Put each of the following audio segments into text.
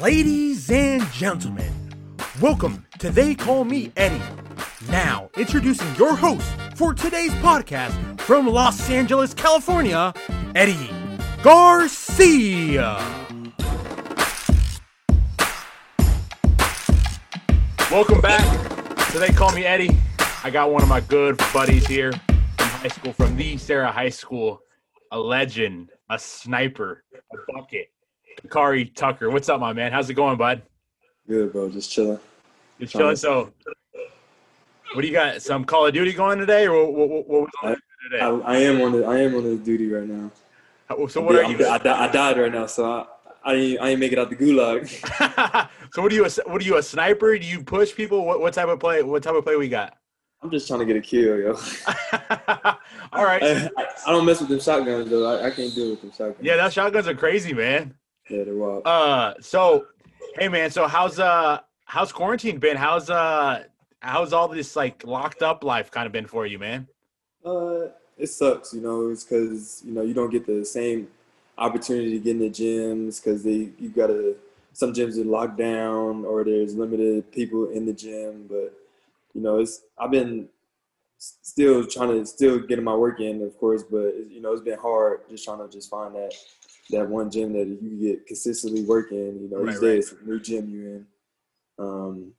Ladies and gentlemen, welcome to They Call Me Eddie. Now, introducing your host for today's podcast from Los Angeles, California, Eddie Garcia. Welcome back to They Call Me Eddie. I got one of my good buddies here from high school, from the Sarah High School, a legend, a sniper, a bucket. Kari Tucker. What's up, my man? How's it going, bud? Good, bro. Just chilling. You chilling? So, what do you got? Some Call of Duty going today, or what, what, what was on I, today? I am on the I am on the duty right now. So what are I'm- you? I, di- I died right now, so I I ain't, I ain't make it out the gulag. so what are you? A, what are you? A sniper? Do you push people? What, what type of play? What type of play we got? I'm just trying to get a kill, yo. All right. I, I- I don't mess with them shotguns though. I, I can't deal with them shotguns. Yeah, that shotguns are crazy, man. yeah, they're wild. Uh, so, hey, man. So how's uh how's quarantine been? How's uh how's all this like locked up life kind of been for you, man? Uh, it sucks, you know. It's because you know you don't get the same opportunity to get in the gyms because they you gotta some gyms are locked down or there's limited people in the gym. But you know, it's I've been s- still trying to still getting my work in, of course. But you know, it's been hard just trying to just find that that one gym that you can get consistently working. You know, Right, each right. day it's a new gym you're in. Um,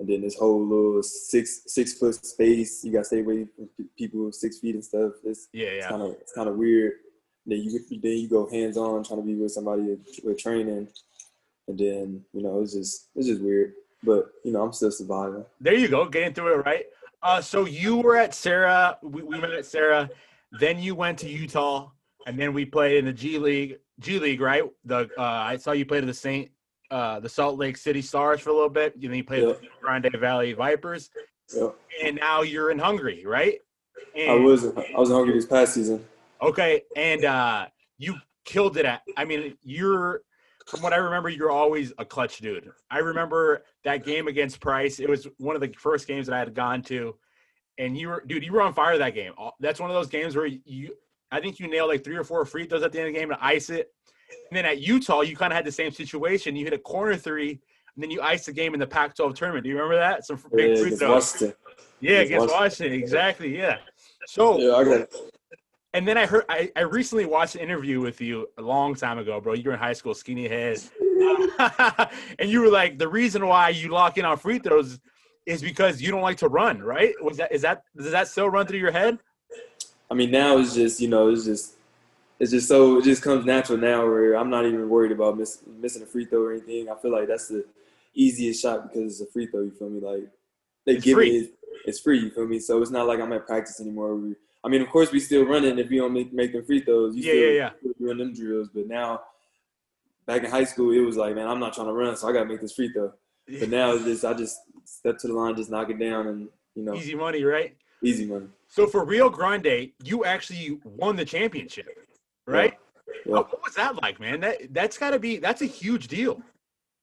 and then this whole little six six foot space, you gotta stay away from p- people six feet and stuff. It's Yeah, yeah. kind of it's kind of weird. Then you then you go hands on trying to be with somebody with training, and then you know it's just it's just weird. But you know I'm still surviving. There you go, getting through it right. Uh, so you were at Sarah. We, we met at Sarah. Then you went to Utah, and then we played in the G League. G League, right? The uh, I saw you play to the Saint, uh, the Salt Lake City Stars for a little bit. And then you played Yeah. with the Grande Valley Vipers, Yeah. and now you're in Hungary, right? I And, was I was hungry this past season. Okay, and uh, you killed it at. I mean, you're from what I remember, you're always a clutch dude. I remember that game against Price. It was one of the first games that I had gone to, and you were, dude, you were on fire that game. All- That's one of those games where you, I think you nailed like three or four free throws at the end of the game and ice it. And then at Utah, you kind of had the same situation. You hit a corner three, and then you iced the game in the Pac-12 tournament. Do you remember that? Some Yeah, big free against throws. Washington. Yeah, against against Washington. Washington, exactly. Yeah. So Yeah, I got and then I heard I, I recently watched an interview with you a long time ago, bro. You were in high school, skinny head, and you were like, the reason why you lock in on free throws is because you don't like to run, right? Was that is that does that still run through your head? I mean, now it's just you know, it's just it's just so it just comes natural now. Where I'm not even worried about miss, missing a free throw or anything. I feel like that's the easiest shot because it's a free throw. You feel me? Like they It's give free. me it's free. You feel me? So it's not like I'm at practice anymore. We, I mean, of course, we still running if you don't make make the free throws. You Yeah, still, yeah, yeah. still doing them drills. But now, back in high school, it was like, man, I'm not trying to run, so I gotta make this free throw. But now it's just I just step to the line, just knock it down, and you know, Easy money, right? easy money. So for Rio Grande, you actually won the championship, right? Yeah. Uh, What was that like, man? That that's got to be that's a huge deal.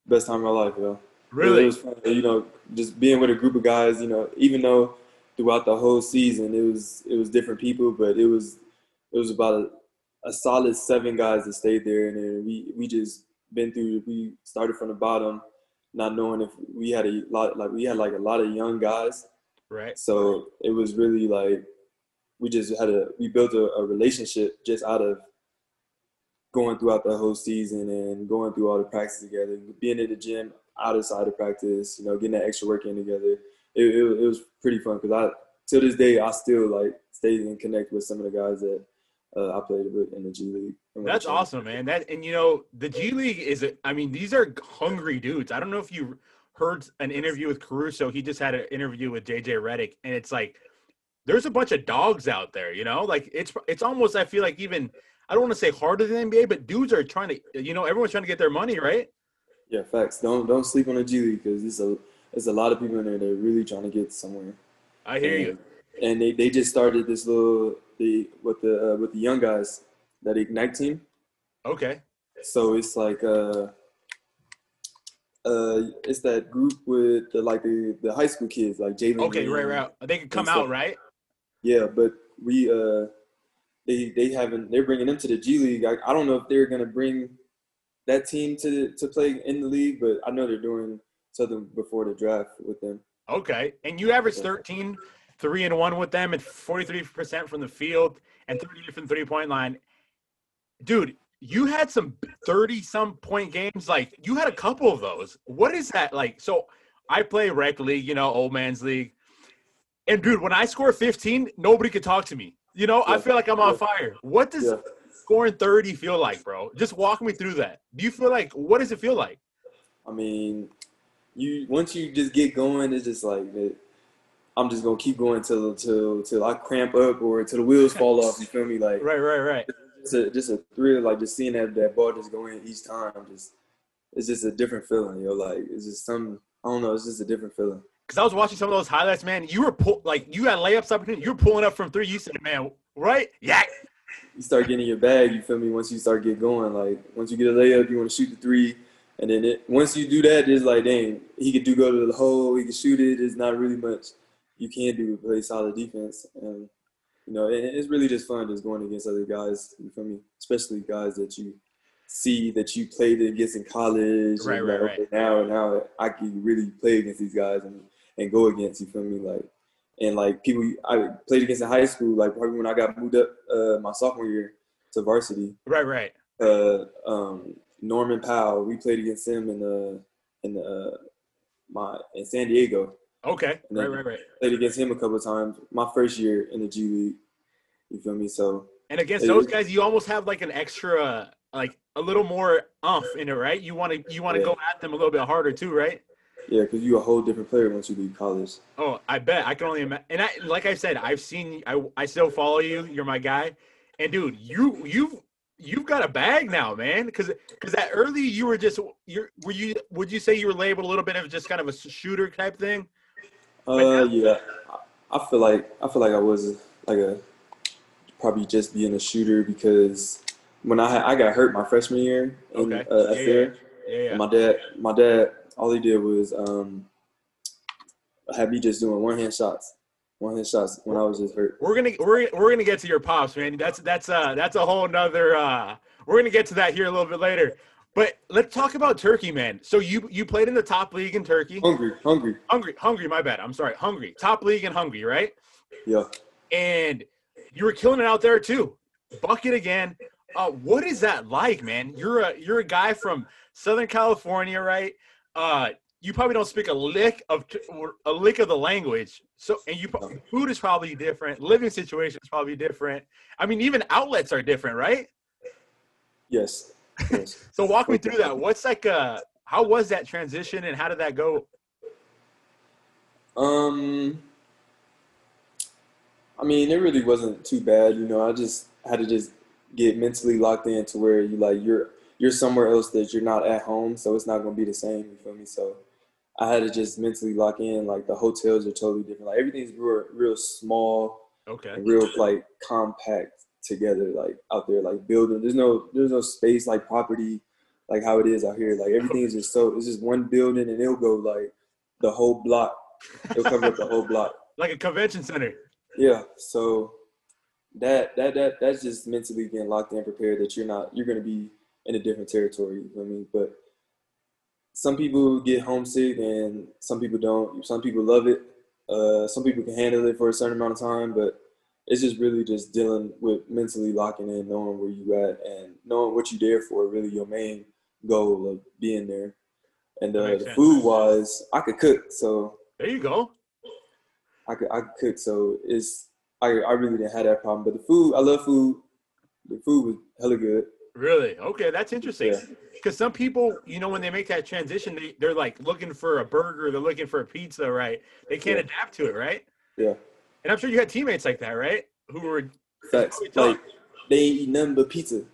Best time of my life, yo. It Really? was fun, you know, just being with a group of guys, you know, even though throughout the whole season it was it was different people, but it was it was about a, a solid seven guys that stayed there and then we we just been through we started from the bottom, not knowing if we had a lot like we had like a lot of young guys. Right. So it was really like we just had a we built a, a relationship just out of going throughout the whole season and going through all the practice together, being at the gym outside of practice, you know, getting that extra work in together. It, it, was- it was pretty fun because I till this day I still like stay and connect with some of the guys that uh, I played with in the G League. and when I That's came. awesome, man. That and you know the G League is. A, I mean, these are hungry dudes. I don't know if you heard an interview with Caruso. He just had an interview with JJ Reddick, and it's like there's a bunch of dogs out there. You know, like it's it's almost. I feel like even I don't want to say harder than NBA, but dudes are trying to. You know, everyone's trying to get their money, right? Yeah, facts. Don't don't sleep on the G League because it's a it's a lot of people in there that are really trying to get somewhere. I hear you. and they, they just started this little the with the uh, with the young guys that ignite team. Okay, So it's like uh uh it's that group with the like the, the high school kids like Jalen. okay, right, Green. right. They could come Mm-hmm. It's like- out, right? Yeah, but we uh they they haven't they're bringing them to the G League. I, I don't know if they're gonna bring that team to to play in the league, but I know they're doing something before the draft with them. Okay. And you averaged 13, 3 and 1 with them and 43% from the field and 30 from three point line. Dude, you had some 30 some point games. Like, you had a couple of those. What is that like? So I play rec league, you know, old man's league. And dude, when I score 15, nobody could talk to me. You know, I Yeah. feel like I'm on Yeah. fire. What does Yeah. scoring 30 feel like, bro? Just walk me through that. Do you feel like what does it feel like? I mean, you once you just get going, it's just like that. I'm just gonna keep going till till till I cramp up or till the wheels fall off. You feel me? Like Right, right, right. it's a, just a thrill, like just seeing that that ball just go in each time. Just it's just a different feeling, yo. Like it's just some I don't know. It's just a different feeling. Because I was watching some of those highlights, man. You were pull, like you had layups opportunity. You were pulling up from three. You said, man, right? Yeah. You start getting in your bag. You feel me? Once you start get going, like once you get a layup, you want to shoot the three. And then it, once you do that, it's like, dang, he could do go to the hole. He could shoot it. It's not really much you can do to play solid defense. And you know, it, it's really just fun just going against other guys. You feel me? Especially guys that you see that you played against in college. Right, and right, like, right. okay, Now, now I can really play against these guys and, and go against. You feel me? Like and like people you- I played against in high school. Like probably when I got moved up uh, my sophomore year to varsity. Right, right. Uh, um, Norman Powell, we played against him in the in the, uh, my in San Diego Okay. Right, right, right. played against him a couple of times. My first year in the G League, you feel me? So And against those guys, you almost have like an extra, like a little more umph in it, right? You want to you want to Yeah. go at them a little bit harder too, right? yeah, because you a whole different player once you leave college. Oh, I bet. I can only imagine. And I, like I said, I've seen. I, I still follow you. You're my guy. And dude, you you've you've got a bag now, man. Because because that early you were just you are were you would you say you were labeled a little bit of just kind of a shooter type thing? Uh, yeah, I, I feel like I feel like I was like a probably just being a shooter because when I had- I got hurt my freshman year in Okay. uh, Yeah, yeah, yeah, Yeah, yeah. my dad my dad all he did was um have me just doing one hand shots, one hand shots when I was just hurt. We're gonna we're, we're gonna get to your pops, man. That's that's uh that's a whole nother uh we're gonna get to that here a little bit later. But let's talk about Turkey, man. So you you played in the top league in Turkey. Hungry, hungry, Hungry, hungry, my bad. I'm sorry, hungry. Top league in Hungary, right? yeah. And you were killing it out there too. Bucket again. Uh what is that like, man? You're a you're a guy from Southern California, right? Uh you probably don't speak a lick of t- or a lick of the language. So and you pro- No. food is probably different, living situation is probably different. I mean, even outlets are different, right? Yes. yes. So walk me through that. What's like uh how was that transition and how did that go? Um, I mean, it really wasn't too bad. You know, I just had to just get mentally locked in to where you like you're you're somewhere else that you're not at home, so it's not gonna be the same. You feel me? So I had to just mentally lock in. Like the hotels are totally different. Like everything's real, real small Okay. real like compact together like out there like building there's no there's no space like property like how it is out here like everything is just so it's just one building and it'll go like the whole block it'll cover up the whole block Like a convention center. yeah so that that that that's just mentally being locked in prepared that you're not you're going to be in a different territory you know what i mean but some people get homesick and some people don't some people love it uh, some people can handle it for a certain amount of time but it's just really just dealing with mentally locking in knowing where you at and knowing what you're there for really your main goal of being there and That uh, makes the sense. food wise i could cook so There you go. I could I could cook, so it's I I really didn't have that problem. But the food, I love food. The food was hella good. Really? Okay, that's interesting. Yeah. Because some people, you know, when they make that transition, they, they're like looking for a burger, they're looking for a pizza, right? They can't Yeah. adapt to it, right? Yeah. And I'm sure you had teammates like that, right? Who were Facts. What we Like they ain't eat nothing but pizza.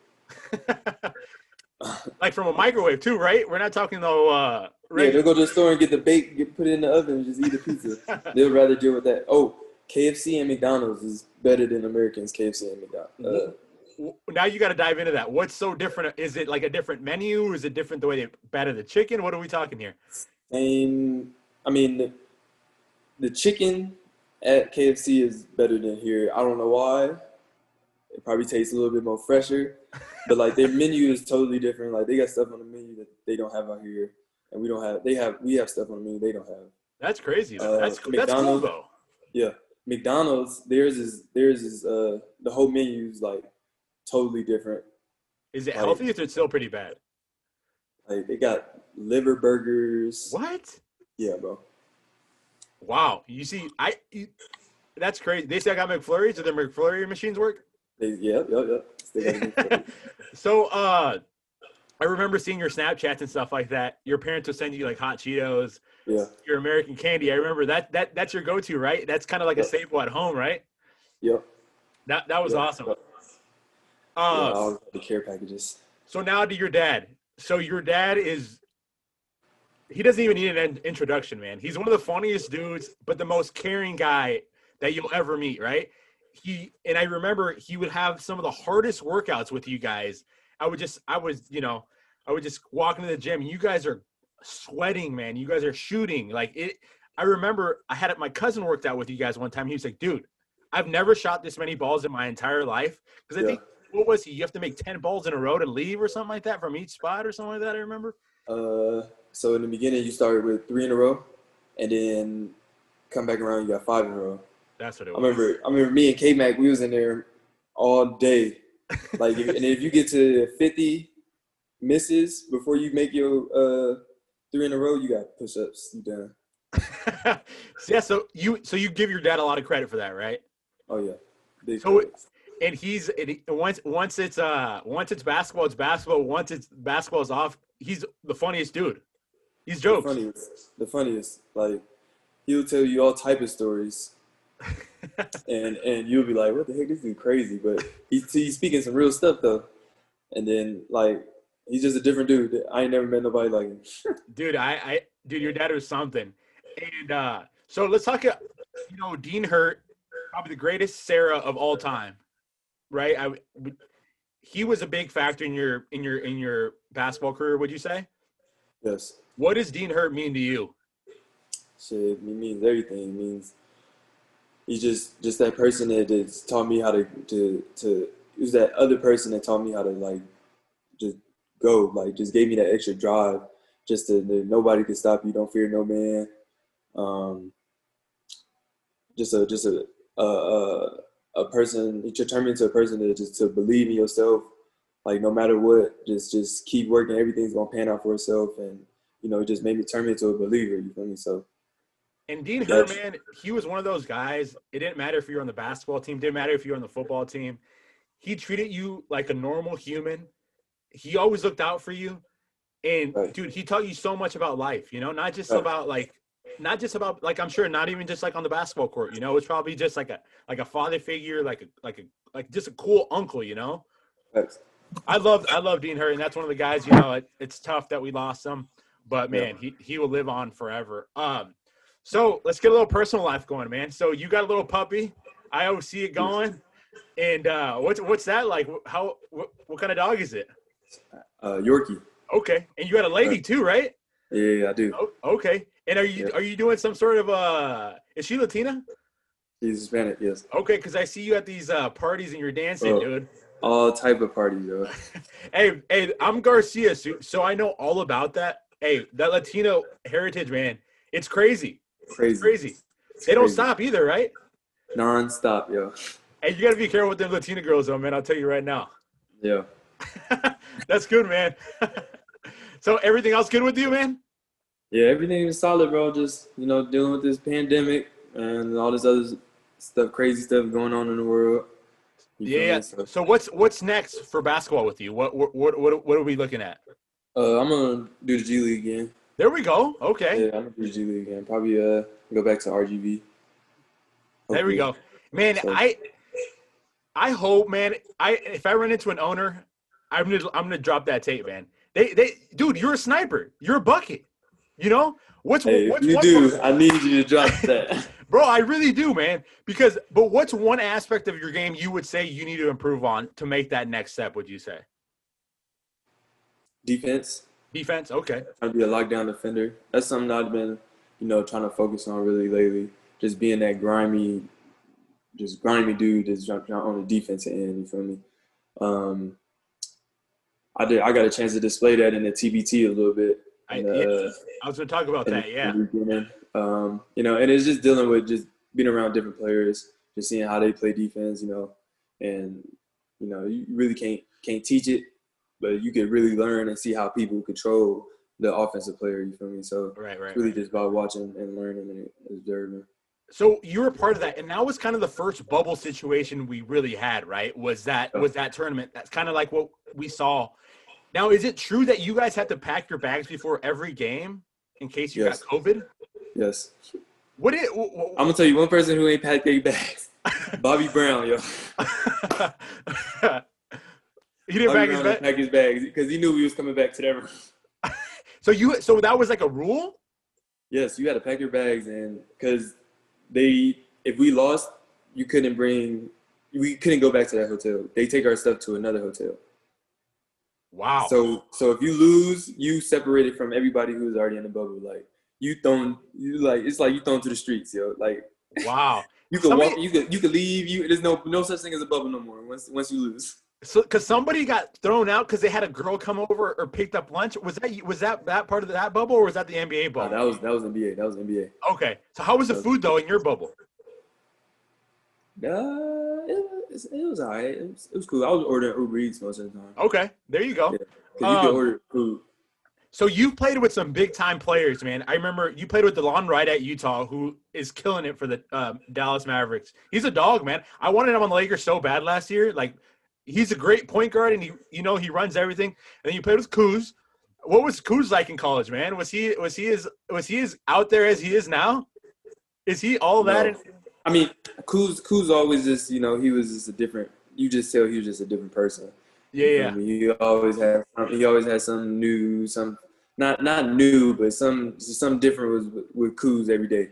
like from a microwave too, right? We're not talking though, uh, Yeah, right? they'll go to the store and get the bake, get put it in the oven, and just eat the pizza. They'll rather deal with that. Oh, KFC and McDonald's is better than Americans. KFC and Mm-hmm. McDonald's. Uh, W- now you got to dive into that. What's so different? Is it like a different menu? Is it different the way they batter the chicken? What are we talking here? same. I mean, the, the chicken at KFC is better than here. I don't know why. It probably tastes a little bit more fresher, but like their menu is totally different. Like they got stuff on the menu that they don't have out here, and we don't have. They have we have stuff on the menu they don't have. That's crazy. though. Uh, that's cool. That's cool McDonald's- though. Yeah, McDonald's theirs is theirs is uh the whole menu is like totally different. Is it like- healthy? Or is it still pretty bad? Like they got liver burgers. What? Yeah, bro. Wow. You see, I. You, that's crazy. They still got McFlurries. Do their McFlurry machines work? They, yep, yep, yep. They got McFlurry. so uh I remember seeing your Snapchats and stuff like that. Your parents would send you like hot Cheetos, yeah, your American candy. I remember that that that's your go-to, right? That's kind of like a Yeah. staple at home, right? yep. That that was Yeah. awesome. Yeah, I Uh, always had the care packages. so now to your dad. So your dad is he doesn't even need an in- introduction, man. He's one of the funniest dudes, but the most caring guy that you'll ever meet, right? He and I remember he would have some of the hardest workouts with you guys. I would just I was, you know, I would just walk into the gym and you guys are sweating, man. You guys are shooting. Like it I remember I had my cousin worked out with you guys one time. He was like, dude, I've never shot this many balls in my entire life. Because I Yeah. think what was he? You have to make ten balls in a row to leave or something like that from each spot or something like that, I remember. Uh, so in the beginning, you started with three in a row, and then come back around, you got five in a row. That's what it I was. remember, I remember me and K Mac, we was in there all day. Like, if, and if you get to fifty misses before you make your uh three in a row, you got push ups. You done? So, yeah, so you so you give your dad a lot of credit for that, right? Oh yeah. Big So it- facts. And he's and he, once once it's uh once it's basketball, it's basketball. Once it's basketball's off, he's the funniest dude. He's the jokes. funniest, the funniest. Like, he'll tell you all type of stories. and and you'll be like, what the heck, this dude crazy, but he's he's speaking some real stuff though. And then like he's just a different dude. I ain't never met nobody like him. dude i i dude your dad was something and uh so let's talk uh, you know dean hurt probably the greatest sarah of all time right i w- would- he was a big factor in your in your in your basketball career would you say Yes, what does dean hurt mean to you shit, it means everything. It means he's just just that person that that's taught me how to to to. It was that other person that taught me how to like just go, like just gave me that extra drive, just to that nobody can stop you. Don't fear no man. Um, just a just a a a, a person. You turn me into a person that just to believe in yourself. Like no matter what, just just keep working. Everything's gonna pan out for itself, and you know, it just made me turn me into a believer. You feel me? So And Dean That's- Herman, he was one of those guys. It didn't matter if you were on the basketball team, didn't matter if you were on the football team. He treated you like a normal human. He always looked out for you. And Right. dude, he taught you so much about life, you know, not just Right. about like not just about like I'm sure not even just like on the basketball court, you know, it's probably just like a like a father figure, like a like a like just a cool uncle, you know. Facts. I love I love Dean Hurd, and that's one of the guys. You know, it, it's tough that we lost him, but Yeah. man, he he will live on forever. Um, so let's get a little personal life going, man. So you got a little puppy. I always see it going. And uh, what's what's that like? Wh- How what, what kind of dog is it? Uh, Yorkie. Okay, and you got a lady too, right? Yeah, yeah, I do. Oh, okay, and are you Yeah. are you doing some sort of uh? Is she Latina? He's Hispanic. Yes. Okay, because I see you at these uh parties and you're dancing, Oh. dude. All type of parties, yo. Hey, hey, I'm Garcia, so, so I know all about that. Hey, that Latino heritage, man, it's crazy. Crazy. Crazy. They don't crazy. stop either, right? Non-stop, yo. Hey, you gotta be careful with them Latina girls, though, man. I'll tell you right now. Yeah. That's good, man. so everything else good with you, man? Yeah, everything is solid, bro. Just you know, dealing with this pandemic and all this other stuff, crazy stuff going on in the world. You feel me? Yeah. So, So what's what's next for basketball with you? What what what what, what are we looking at? uh, I'm gonna do the G League again. There we go. Okay. Yeah, I'm gonna do the G League again. Probably uh, go back to RGB. There we Hopefully. go. Man, So- I I hope, man, I if I run into an owner, I'm gonna I'm gonna drop that tape, man. They they dude, you're a sniper. You're a bucket. You know? What's Hey, if what's you one do. I need you to drop that. bro, I really do, man. Because but what's one aspect of your game you would say you need to improve on to make that next step, would you say? Defense. Defense? Okay. trying to be a lockdown defender. That's something that I've been, you know, trying to focus on really lately. Just being that grimy just grimy dude that's on the defensive end. You feel me? Um, I did. I got a chance to display that in the TBT a little bit. I, in, uh, yeah, I was going to talk about in that. the Yeah. beginning. Um, you know, and it's just dealing with just being around different players, just seeing how they play defense. You know, and you know you really can't can't teach it, but you can really learn and see how people control the offensive player. You feel me? So Right, right. it's really right. just by watching and learning and observing. So you were part of that, and that was kind of the first bubble situation we really had, right? Was that was that tournament? That's kind of like what we saw. Now, is it true that you guys had to pack your bags before every game in case you Yes. Um, got COVID? Yes. What did? wh- wh- I'm gonna tell you one person who ain't packed their bags. Bobby Brown, yo. he didn't Bobby pack his Brown didn't bag. pack his bags because he knew we was coming back to that room. So you so that was like a rule. Yes, you had to pack your bags and because they, if we lost, you couldn't bring, we couldn't go back to that hotel. They take our stuff to another hotel. Wow. So, so if you lose, you separated from everybody who's already in the bubble. Like you thrown, you like it's like you thrown to the streets, yo. Like wow. you could Somebody- walk, you could you could leave. You there's no no such thing as a bubble no more. Once once you lose. So because somebody got thrown out because they had a girl come over or picked up lunch. Was that was that that part of that bubble or was that the NBA Nah, bubble? that was that was NBA. That was NBA. okay. So how was the food though in your bubble? Uh, it was, it was all right. It was, it was cool. I was ordering Uber Eats most of the time. 'Cause Okay, there you go. Yeah. you Um, could order food. So you played with some big time players, man. I remember you played with DeLon Wright at Utah, who is killing it for the um, Dallas Mavericks. He's a dog, man. I wanted him on the Lakers so bad last year. Like, he's a great point guard, and he, you know, he runs everything. And then you played with Kuz. What was Kuz like in college, man? Was he was he as was he as out there as he is now? Is he all that? No. in- I mean, Kuz, Kuz always just, you know, he was just a different, you just tell he was just a different person. yeah, You yeah. know, He always had, he always had some new, some, not not new, but some, some different was with, with Kuz every day.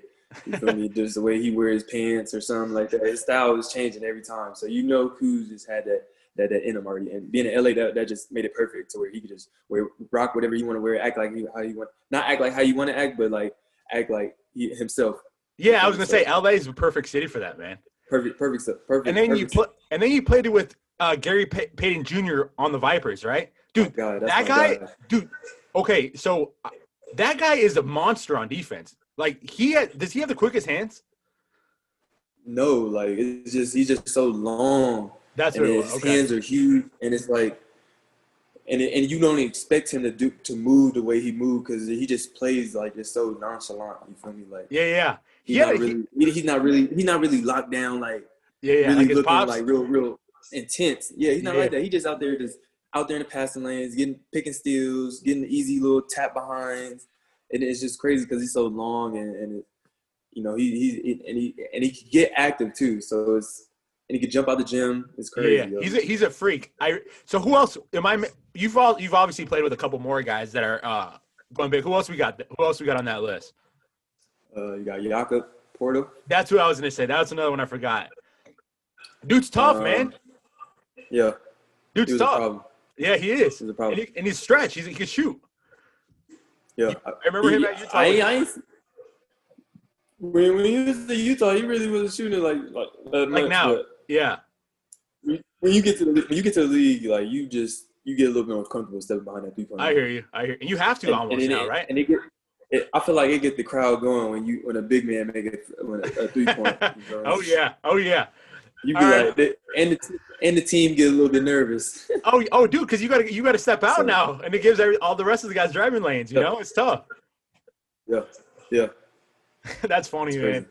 You feel me? Just the way he wears his pants or something like that. His style was changing every time. So you know Kuz just had that that that in him already. And being in LA, that, that just made it perfect to where he could just wear rock whatever you want to wear, act like he, how you want, not act like how you want to act, but like act like he, himself. Yeah, I was gonna say LA is a perfect city for that, man. Perfect, perfect stuff. Perfect. And then you perfect play, and then you played it with uh, Gary Pay- Payton Jr. on the Vipers, right? Dude, that God, Oh my guy- God. dude okay so uh, that guy is a monster on defense like he had, does he have the quickest hands No, like it's just he's just so long, that's and what it his was okay hands are huge, and it's like, and it, and you don't expect him to do to move the way he moved because he just plays like it's so nonchalant. You feel me? Like yeah yeah he's Yeah, not he- really, he, he's not really, he's not really locked down like yeah yeah really like his looking pops like real, real intense. Yeah, he's not Yeah. like that. He just out there, just out there in the passing lanes, getting picking steals, getting easy little tap behinds, and it's just crazy because he's so long and, and it, you know he he and he and he can get active too. So it's and he can jump out the gym. It's crazy. yeah, yo. yeah. he's a, he's a freak i so who else am i mi- you've all you've obviously played with a couple more guys that are uh going big who else we got th- who else we got on that list uh, you got Jakob Porto. that's who i was gonna say that's another one i forgot dude's tough Um, man Yeah, he dude's was a tough problem. yeah he is He was a and, problem. he, and he's stretch he's, he can shoot Yeah, i remember him He- at utah I, ain't- I ain't, when when he was in Utah, he really wasn't shooting like like that Like much, now. but- yeah when you get to the when you get to the league, like you just you get a little bit more comfortable stepping behind that three point. i hear you i hear and you have to And- almost and it- now right And it get, it, I feel like it get the crowd going when you when a big man make a, when a, a three point. you know? oh yeah, oh yeah, you be All right. like, the- and the t- and the team get a little bit nervous. oh oh, dude, because you gotta you gotta step out So- now, and it gives every, all the rest of the guys driving lanes. You Yeah. know, it's tough. yeah, yeah. That's funny, It's man. crazy.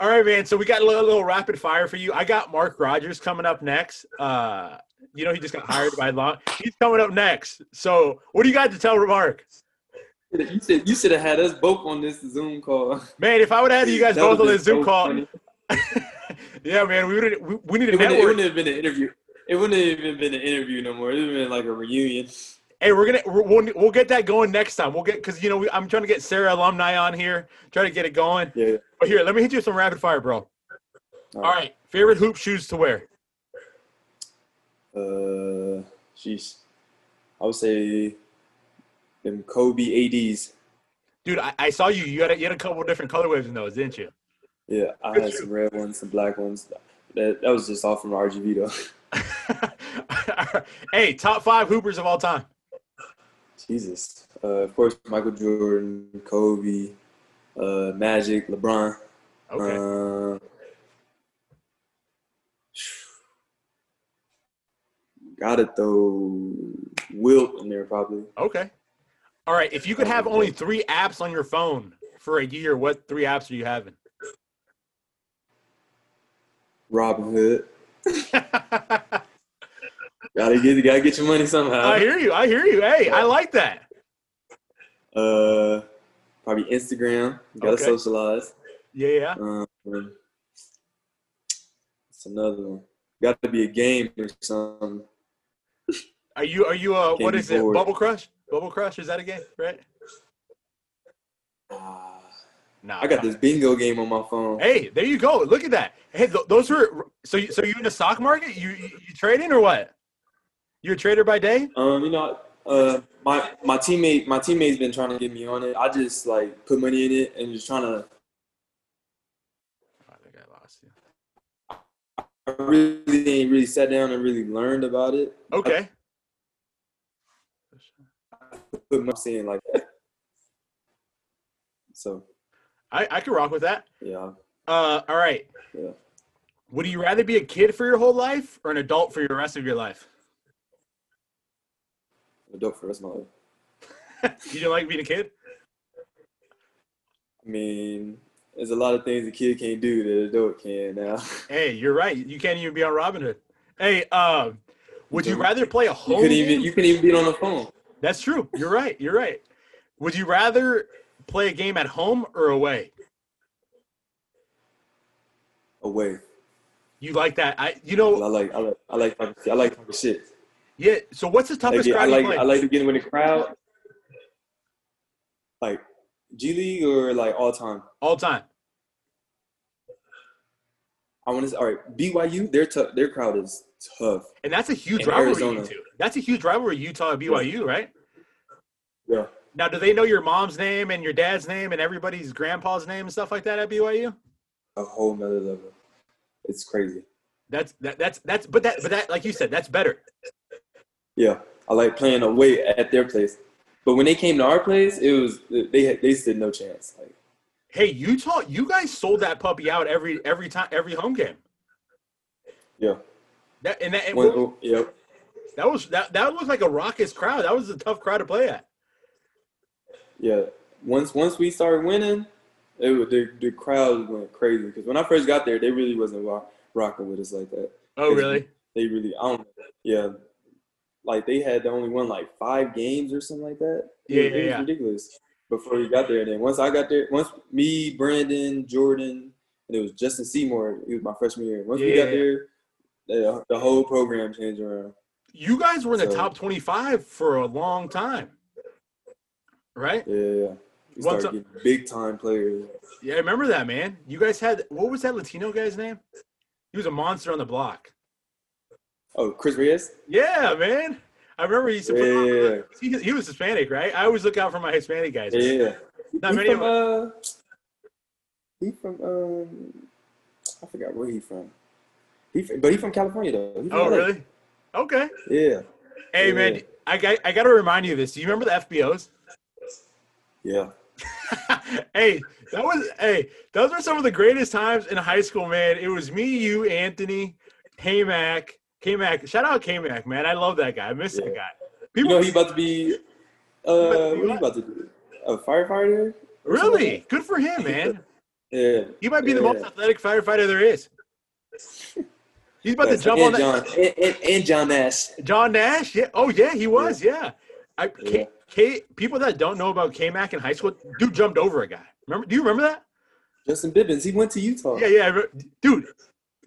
All right, man. So we got a little, little rapid fire for you. I got Mark Rogers coming up next. Uh, you know, he just got hired by Long. He's coming up next. So what do you got to tell Mark? You should you should have had us both on this Zoom call. Man, if I would have had you guys That both on would've this been Zoom so call, funny. yeah, man, we would we, we need It a wouldn't, it network. wouldn't have been an interview. It wouldn't have even been an interview no more. It would have been like a reunion. Hey, we're gonna we're, we'll we'll get that going next time. We'll get because you know we, I'm trying to get Sarah alumni on here, try to get it going. Yeah. But here, let me hit you with some rapid fire, bro. All All right. Favorite hoop shoes to wear? Uh, jeez, I would say them Kobe ads. Dude, I, I saw you. You had, a, you had a couple different colorways in those, didn't you? Yeah, I Good had shoe. some red ones, some black ones. that, that was just all from RGV though. hey, top five hoopers of all time. Jesus. Uh, of course, Michael Jordan, Kobe, uh, Magic, LeBron. Okay. Uh, gotta throw Wilt in there probably. okay. All right. If you could have only three apps on your phone for a year, what three apps are you having? Robin Hood. I Gotta get gotta get your money somehow. hear you. I hear you. Hey, I like that. Uh, probably Instagram. Gotta Okay. socialize. Yeah, yeah. Um, it's another one. Gotta be a game or something. Are you are you uh Can't what be is it? bored. Bubble Crush? Bubble Crush is that a game, right? Ah, No. I got this bingo game on my phone. Hey, there you go. Look at that. Hey, th- those were so you, so you in the stock market? You you, you trading or what? You're a trader by day? Um, you know, uh, my my teammate my teammate's been trying to get me on it. I just like put money in it and just trying to. I think I lost you. I really ain't really sat down and really learned about it. Okay. But I'm saying like, so I, I could rock with that. yeah, Uh, all right. Yeah. Would you rather be a kid for your whole life or an adult for your rest of your life? I'm dope for the rest of my life. You didn't like being a kid? I mean, there's a lot of things a kid can't do that an adult can now. Hey, you're right. You can't even be on Robinhood. Hey, um, would you Dude, rather play a You home couldn't even game? you couldn't even be on the phone. That's true. You're right. You're right. Would you rather play a game at home or away? Away. You like that? I, you I know, like I like I like talking shit. I like talking shit. yeah. So what's the Like, toughest yeah, I crowd you like play? I like to get in with the crowd. Like G League or like all time. All time. I want to say all right. BYU, their tou- their crowd is tough. And that's a huge And rivalry. you Arizona. two. That's a huge rivalry, Utah and BYU, right? Yeah. Now, do they know your mom's name and your dad's name and everybody's grandpa's name and stuff like that at BYU? A whole nother level. It's crazy. That's that, that's that's but that but that like you said, that's better. Yeah, I like playing away at their place. But when they came to our place, it was they had, they stood no chance. Like Hey, Utah, you guys sold that puppy out every every time every home game. yeah, That and that, and when, what- oh, yeah. that was that that looked like a raucous crowd. That was a tough crowd to play at. Yeah. Once once we started winning, it was, the the crowd went crazy. Because when I first got there, they really wasn't rock, rocking with us like that. Oh, It's- really? They really, I don't. Yeah. Like they had the only won like five games or something like that. It Yeah, was- it yeah, was yeah. ridiculous. Before we got there, and then once I got there, once me, Brandon, Jordan, and it was Justin Seymour. He was my freshman year. Once we Yeah, got yeah. there, the, the whole program changed around. You guys were in the So- top twenty-five for a long time, right? Yeah, yeah. We Once started getting big time players. Yeah, I remember that, man. You guys had what was that Latino guy's name? He was a monster on the block. Oh, Chris Reyes. Yeah, man. I remember he used to put on- Yeah. he, he was Hispanic, right? I always look out for my Hispanic guys. Yeah, yeah. Not he many of from, them. uh, he from um, I forgot where he from. He from, but he from California though. He from Oh, LA. really? Okay. Yeah, Hey, man, Yeah. I got, I got to remind you of this. Do you remember the FBOs? yeah. hey, that was hey, those were some of the greatest times in high school, man. It was me, you, Anthony, K-Mac, K-Mac. Shout out K-Mac, man. I love that guy. I miss Yeah. that guy. You People, know he about to be. He Uh, what he about about to do? A firefighter? or something like really good for him, man. that? Yeah. He might be the most Yeah. athletic firefighter there is. He's about to Yes, jump and on that. John and, and, and John Nash. John Nash, yeah. Oh yeah, he was, yeah. I Yeah. K, K people that don't know about K Mac in high school, dude jumped over a guy. Remember do you remember that? Justin Bibbins. He went to Utah. Yeah, yeah. I re- Dude,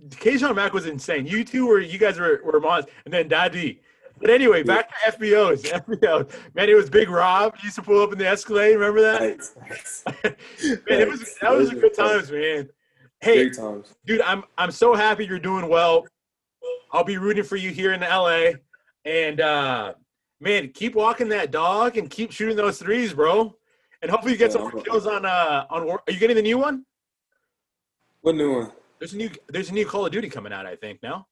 K John Mac was insane. You two were you guys were were mons and then Daddy. But anyway, back to FBOs. FBOs. Man, it was Big Rob. He used to pull up in the Escalade. Remember that? Nice, nice. man, it was Nice. that was a Those good were fun. times, man. Hey, Great times. dude, I'm I'm so happy you're doing well. I'll be rooting for you here in LA. And uh man, keep walking that dog and keep shooting those threes, bro. And hopefully you get Yeah, some I'm more gonna- kills on uh on War- are you getting the new one? What new one? There's a new there's a new Call of Duty coming out, I think, no?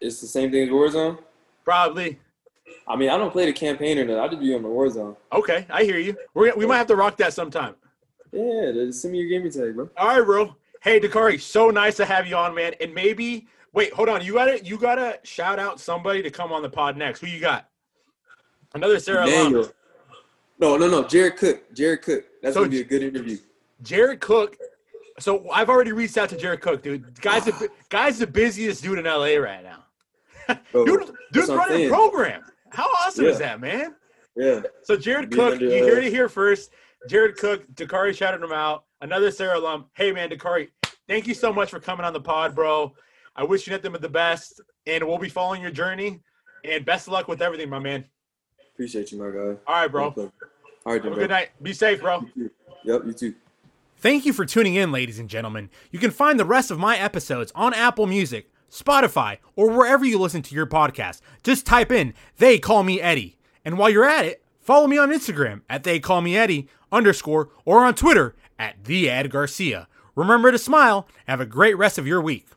It's the same thing as Warzone. Probably. I mean, I don't play the campaign or nothing. I just be on the Warzone. Okay, I hear you. We're, we might have to rock that sometime. Yeah, just send me your gaming tag, bro. All right, bro. Hey, Dakari, so nice to have you on, man. And maybe wait, hold on. You gotta you gotta shout out somebody to come on the pod next. Who you got? Another Sarah Lama. Daniel. No, no, no. Jared Cook. Jared Cook. That's So gonna be a good interview. Jared Cook. So I've already reached out to Jared Cook, dude. Guy's the guy's the busiest dude in LA right now. Bro, Dude, dude's Oh, that's what I'm running a saying. program. How awesome is Yeah. that, man? Yeah. So Jared Be Cook, under, you hear uh, it here first. Jared Cook, Dakari shouted him out. Another Sarah alum. Hey man, Dakari, thank you so much for coming on the pod, bro. I wish you nothing but the best, and we'll be following your journey. And best of luck with everything, my man. Appreciate you, my guy. All right, bro. All right, Have then, a bro. good night. Be safe, bro. Yep, you too. Thank you for tuning in, ladies and gentlemen. You can find the rest of my episodes on Apple Music, Spotify, or wherever you listen to your podcast. Just type in They Call Me Eddie. And while you're at it, follow me on Instagram at They Call Me Eddie underscore or on Twitter at The Ad Garcia. Remember to smile and have a great rest of your week.